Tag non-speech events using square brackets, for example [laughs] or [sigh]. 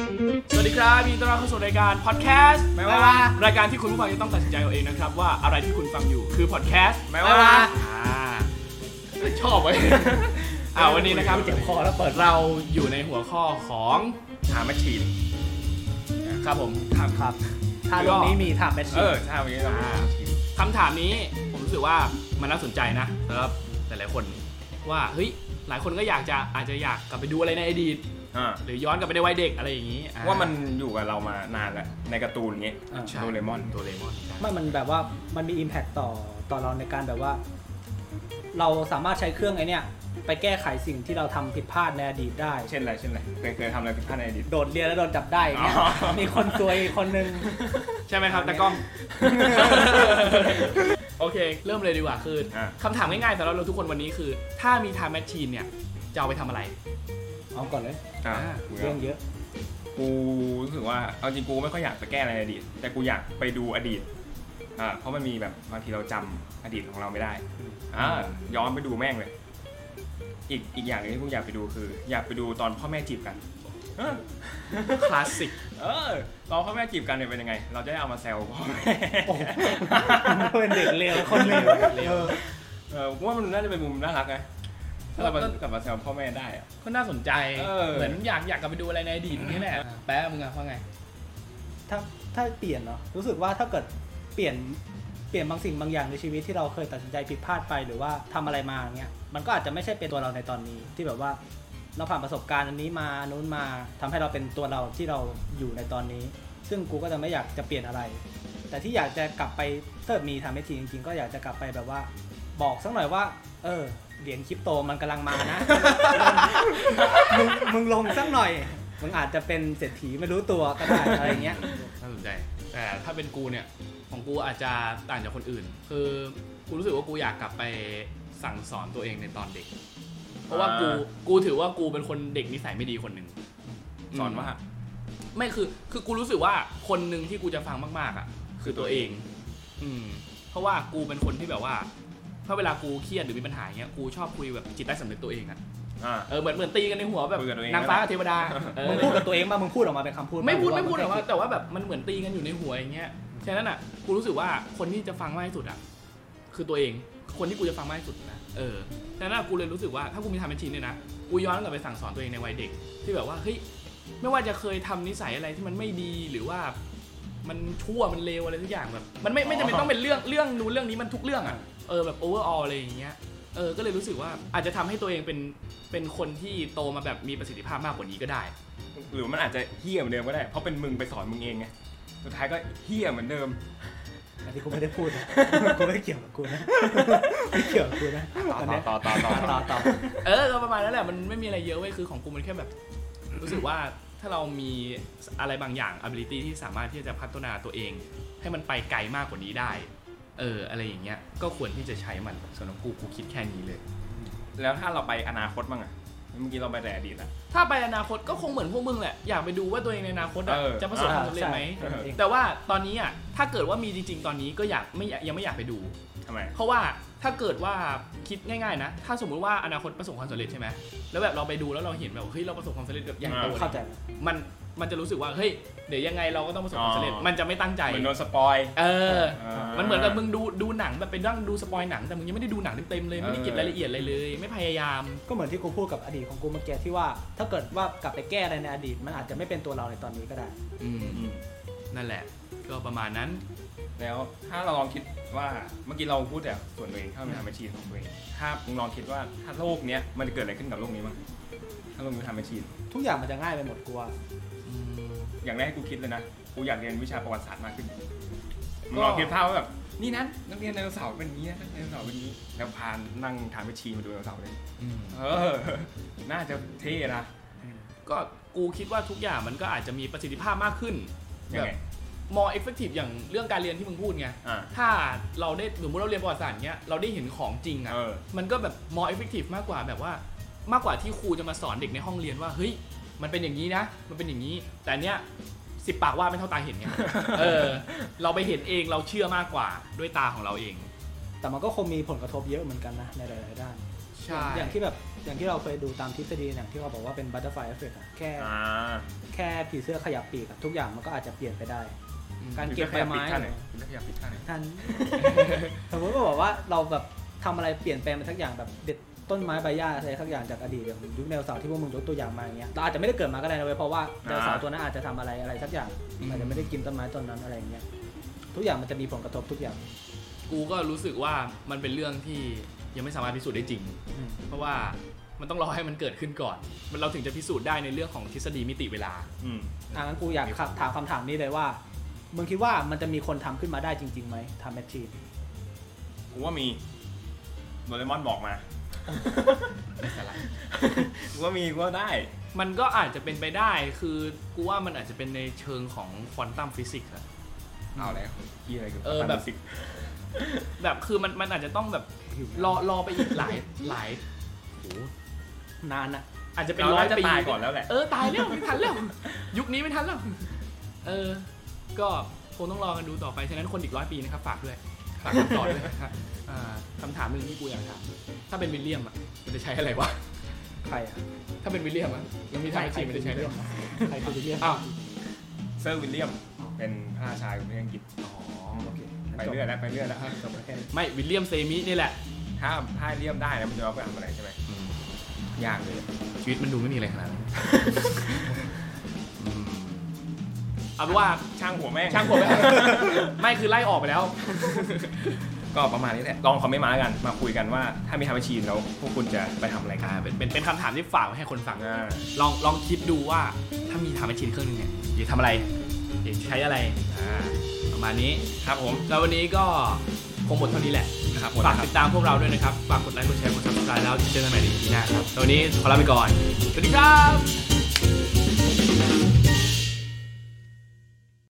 ครับยินดีต้อนรับเข้าสู่รายการพอดแคสต์ ไม่ว่าร ายการที่คุณผู้ฟังจะต้องตัดสินใจเอาเองนะครับว่าอะไรที่คุณฟังอยู่คือพอดแคสต์ ไม่ว่า อ่าชอบไว้ [laughs] อ่าวันนี้นะครับ เจ็บคอแล้วเปิด เราอยู่ในหัวข้อของ ถามแมชชีน ครับผม ถามครับ ถ้าโลกนี้มีถามแมชชี เอน อถ้าวันนี้เรา คำถามนี้ผมรู้สึกว่ามันน่าสนใจนะสำหรับหลายๆคนว่าเฮ้ยหลายคนก็อยากจะอาจจะอยากกลับไปดูอะไรในอดีต อ่า หรือย้อนกลับไปในวัยเด็กอะไรอย่างนี้อ่ ว่ามันอยู่กับเรามานานแล้วในการ์ตูนอย่างเงี้ย อ่าใช่ โดเรมอน โดเรมอนใช่ ไม่มันแบบว่ามันมี Impact ต่อต่อเราในการแบบว่า เราสามารถใช้เครื่องไอเนี้ยไปแก้ไขสิ่งที่เราทำผิดพลาดในอดีตได้ เช่นอะไรเช่นอะไรเคยเคยทำอะไรผิดพลาดในอดีต โดดเรียนแล้วโดนจับได้อย่างเงี้ย อ๋อ มีคนซวยคนหนึง ใช่ไหมครับตากล้อง [laughs] โอเค เริ่มเลยดีกว่าคืออะ คำถามง่ายๆสำหรับเราทุกคนวันนี้คือ ถ้ามี time machine เนี่ย จะเอาไปทำอะไร เอาก่อนเลย อ่า อ่า กู เรื่องเยอะ กูรู้สึกว่าเอาจริงกูไม่ค่อยอยากไปแก้อะไรในอดีต แต่กูอยากไปดูอดีตอ่าเพราะมันมีแบบบางทีเราจำอดีตของเราไม่ได้อ่าย้อนไปดูแม่งเลย อีกอีกอย่างหนึงที่กูอยากไปดูคือ อยากไปดูตอนพ่อแม่จีบกันเออ คลาสสิก เออตอนพ่อแม่จีบกันเนี่ยเป็นยังไง เราจะได้เอามาแซวพ่อแม่ โอ้โหเป็นเด็กเลวคนเลวเออ เออผมว่ามันน่าจะเป็นมุมน่ารักนะถ้าเรามันกลับมาแซวพ่อแม่ได้อะ ก็น่าสนใจ เออ เหมือนอยากอยากกลับไปดูอะไรในอดีตนี่แหละแป๊ะมึงอะว่าไง ถ้าถ้าเปลี่ยนเนาะรู้สึกว่าถ้าเกิดเปลี่ยนเปลี่ยนบางสิ่งบางอย่างในชีวิตที่เราเคยตัดสินใจผิดพลาดไปหรือว่าทำอะไรมาอย่างเงี้ยมันก็อาจจะไม่ใช่เป็นตัวเราในตอนนี้ที่แบบว่าเราผ่านประสบการณ์อันนี้มาอันนู้นมาทำให้เราเป็นตัวเราที่เราอยู่ในตอนนี้ ซึ่งกูก็จะไม่อยากจะเปลี่ยนอะไร แต่ที่อยากจะกลับไปเติร์ดมีทำให้ทีจริง ๆ ก็อยากจะกลับไปแบบว่า บอกสักหน่อยว่า เออเหรียญคริปโตมันกำลังมานะ มึงมึงลงสักหน่อยมึงอาจจะเป็นเศรษฐีไม่รู้ตัวก็ได้อะไรเงี้ย น่าสนใจ แต่ถ้าเป็นกูเนี่ย ของกูอาจจะต่างจากคนอื่น คือกูรู้สึกว่ากูอยากกลับไปสั่งสอนตัวเองในตอนเด็ก เพราะว่ากู อ่า กูถือว่ากูเป็นคนเด็กนิสัยไม่ดีคนหนึ่ง สอนว่า ไม่คือคือกูรู้สึกว่าคนหนึ่งที่กูจะฟังมากๆอ่ะคือตัวเอง อืม เพราะว่ากูเป็นคนที่แบบว่าถ้าเวลากูเครียดหรือมีปัญหาอย่างเงี้ยกูชอบคุยแบบจิตใต้สำนึกตัวเองอ่ะ อ่า เออเหมือนเหมือนตีกันในหัวแบบ คุยกับตัวเอง นางฟ้ากับเทวดาเออ มึงพูดกับตัวเองบ้างมึงพูดออกมาเป็นคำพูดบ้าง ไม่พูด หรื ไม่ อ พูดแต่ ง ว่า คิ แต่ว่าแบบมันเหมือนตีกันอยู่ในหัวอย่างเงี้ยฉะนั้นอ่ะกูรู้สึกว่าคนที่จะฟังมากที่สุดอ่ะคือตัวเองคนที่กูจะฟังมากที่สุดนะเออฉะนั้นอะกูเลยรู้สึกว่าถ้ากูมีทำเป็นทีมเนี่ยนะกูย้อนกลับไปสั่งสอนตัวเองในวัยเด็ก ที่แบบว่าเฮ้ย ไม่ว่าจะเคยทำนิสัยอะไรที่มันไม่ดีหรือว่ามันชั่วมันเลวอะไรทุกอย่างแบบ มันไม่ไม่จำเป็นต้องเป็นเรื่องเรื่องนู้นเรื่องนี้มันทุกเรื่องอ่ะเออแบบโอเวอร์ออลอะไรอย่างเงี้ยเออก็เลยรู้สึกว่าอาจจะทำให้ตัวเองเป็นเป็นคนที่โตมาแบบมีประสิทธิภาพมากกว่านี้ก็ได้ หรือมันอาจจะเฮี้ยเหมือนเดิมก็ได้ เพราะเป็นมึงไปสอนมึงเองไง สุดท้ายก็เฮี้ยเหมือนเดิม อันนี้กูไม่ได้พูดนะ [laughs] กูไม่เกี่ยวกับกูนะ [laughs] ไม่เกี่ยวกับกูนะ ต่อ อัน ต่อ เนี้ย ต่อต่อต่อ อ่ะต่อต่อ เออก็ประมาณนั้นแหละมันไม่มีอะไรเยอะเว้ยคือของกูมันแค่แบบ รู้สึกว่าถ้าเรามีอะไรบางอย่าง ability ที่สามารถที่จะพัฒนาตัวเอง ให้มันไปไกลมากกว่านี้ได้ เอออะไรอย่างเงี้ยก็ควรที่จะใช้มันส่วนของกูกูคิดแค่นี้เลย แล้วถ้าเราไปอนาคตบ้างอะเมื่อกี้เราไปแต่อดีตอะ ถ้าไปอนาคตก็คงเหมือนพวกมึงแหละ อยากไปดูว่าตัวเองในอนาคตอะ เออ จะประสบความสำเร็จไหม ใช่ใช่จริง แต่ว่าตอนนี้อ่ะถ้าเกิดว่ามีจริง ๆ ตอนนี้ก็อยากไม่อยากยังไม่อยากไปดู ทำไม เพราะว่าถ้าเกิดว่าคิดง่ายๆนะ ถ้าสมมุติว่าอนาคตประสบความสำเร็จใช่ไหมแล้วแบบเราไปดูแล้วเราเห็นแบบเฮ้ยเราประสบความสำเร็จแบบอย่างโต ๆ เล เข้าย ใจ มันมันจะรู้สึกว่าเฮ้ยเดี๋ยวยังไงเราก็ต้องประสบความสำเร็จ อ๋อ มันจะไม่ตั้งใจ เหมือนโดนสปอย เออ มันเหมือนกับมึงดูดูหนังแบบเป็นร่างดูสปอยหนังแต่มึงยังไม่ได้ดูหนังเต็มๆเลยไม่ได้เก็บรายละเอียดอะไรเลย ไม่พยายาม ก็เหมือนที่กูพูดกับอดีตของกูเมื่อกี้ที่ว่า ถ้าเกิดว่ากลับไปแก้อะไรในอดีต มันอาจจะไม่เป็นตัวเราในตอนนี้ก็ได้ อืม อืม นั่นแหละ ก็ประมาณนั้น แล้วถ้าเราลองคิดว่า เมื่อกี้เราพูดแต่ส่วนตัวเองถ้าเราทำอาชีพของตัวเองถ้ามึงลองคิดว่าถ้าโลกเนี้ยมันจะเกิดอะไรขึ้นกับโลกนี้บ้าง ถ้าโลกนี้ทำอาชีพ ทุกอย่างมันจะง่ายไปหมดกูว่า อย่างแรกให้กูคิดเลยนะ กูอยากเรียนวิชาประวัติศาสตร์มากขึ้นมึ ก็ งลองคิดภาพว่าแบบ นี่นะนักเรียนไดโนเสาร์เป็นอย่างนี้นะนักเรียนไดโนเสาร์เป็นอย่างนี้ แล้วพานนั่งถามไปชีมาดูไดโนเสาร์เลย อืม เออ น่าจะเท่นะ ก็กูคิดว่าทุกอย่างมันก็อาจจะมีประสิทธิภาพมากขึ้นแบยัง บ ไง more effective อย่างเรื่องการเรียนที่มึงพูดไง อ่า ถ้าเราได้สมมติเราเรียนประวัติศาสตร์เนี้ยเราได้เห็นของจริงอ่ะ เออ มันก็แบบ more effective มากกว่าแบบว่ามากกว่าที่ครูจะมาสอนเด็กในห้องเรียนว่าเฮ้ยมันเป็นอย่างนี้นะ มันเป็นอย่างนี้ แต่อันเนี้ยสิบปากว่าไม่เท่าตาเห็น [laughs] ไงเออ เราไปเห็นเองเราเชื่อมากกว่าด้วยตาของเราเอง แต่มันก็คงมีผลกระทบเยอะเหมือนกันนะในหลายๆด้าน ใช่ อย่างที่แบบอย่างที่เราเคยดูตามทฤษฎีอย่างที่เขาบอกว่าเป็นบัตเตอร์ไฟเอฟเฟกต์แค่ อ่า แค่ผีเสื้อขยับปีกอะทุกอย่างมันก็อาจจะเปลี่ยนไปได้ อืม การ คุณ เก็บ จะข ใบ ยับปิ ไม้ ดท่าไหนคุณจะขยับปิดท่าไหน ท่าน [laughs] สมมติว่าบอกว่าเราแบบทำอะไรเปลี่ยนแปลงไปสักอย่างแบบเด็ดต้นไม้ใบหญ้าอะไรสักอย่างจากอดีตอย่างยุคไดโนเสาร์ที่พวกมึงยกตัวอย่างมาอย่างเงี้ยเราอาจจะไม่ได้เกิดมาก็ได้นะเว้ยเพราะว่าไดโนเสาร์ตัวนั้นอาจจะทำอะไรอะไรสักอย่างอาจจะไม่ได้กินต้นไม้ต้นนั้นอะไรอย่างเงี้ยทุกอย่างมันจะมีผลกระทบทุกอย่าง กูก็รู้สึกว่ามันเป็นเรื่องที่ยังไม่สามารถพิสูจน์ได้จริง อืม เพราะว่ามันต้องรอให้มันเกิดขึ้นก่อน มันเราถึงจะพิสูจน์ได้ในเรื่องของทฤษฎีมิติเวลา อืม อ่ะงั้นกูอยากถามคำถามนี้เลยว่ามึงคิดว่ามันจะมีคนทำขึ้นมาได้จริงๆไหมทำแมชชีน กูว่ามีโดเรมอนบอกมากูว่ามีกูว่าได้ มันก็อาจจะเป็นไปได้คือกูว่ามันอาจจะเป็นในเชิงของควอนตัมฟิสิกส์อะ เอาแล้วที่อะไรกับ เออแบบ สิบ แบบคือมันมันอาจจะต้องแบบรอรอไปอีกหลายหลายโห นานอะ อาจจะเป็น เรา ร้อย น่าจะ ปี ตายก่อนแล้วแหละ เออ ตายแล้ว ไม่ทันแล้ว ยุคนี้ไม่ทันแล้ว เออ ก็คงต้องรอกันดูต่อไป ฉะนั้นคนอีกร้อยปีนะครับ ฝากด้วย ฝากคำตอบด้วยนะครับ [laughs] อ่าคำถามหนึ่งที่กูอยากถาม ถ้าเป็นวิลเลียมอ่ะ มันจะใช้อะไรวะ ใครอะ ถ้าเป็นวิลเลียมอ่ะยังมีทางจริงมันจะใช้อะไรวะ ใครคือวิลเลียม อ้าว เซอร์วิลเลียม เป็นพระราชาของประเทศอังกฤษ อ๋อ โอเค ไปเรื่อยแล้วไปเรื่อยแล้ว จบแล้วแค่นี้ ไม่ วิลเลียมเซมินี่แหละ ถ้าถ้าเลี่ยมได้แล้วมันจะเอาไปทำอะไรใช่ไหมยากเลย ชีวิตมันดูไม่มีอะไรขนาดนั้น [laughs] อืมเอาเป็นว่า ช่างหัวแม่ง ช่างผมไปไม่คือไล่ออกไปแล้ว [laughs] ก็ประมาณนี้แหละ ลองคอมเมนต์มาแล้วกัน มาคุยกันว่าถ้ามีทำอาชีพแล้วพวกคุณจะไปทำอะไรกัน อ่าเป็นเป็นเป็นคำถามที่ฝากไว้ให้คนฟัง อ่า ลองลองคิดดูว่าถ้ามีทำแมชชีนเครื่องหนึงเนี่ยอยากทำอะไรอยากใช้อะไรอ่าประมาณนี้ ครับผม แล้ววันนี้ก็คงหมดเท่านี้แหละ ครับหมด ฝากแล้วครับ ติดตามพวกเราด้วยนะครับ ฝากกดไลค์กดแชร์กดซับสไครต์แล้วเจอกันใหม่ใน EP หน้าครับแล้ววันนี้ขอลาไปก่อน สวัสดีครับ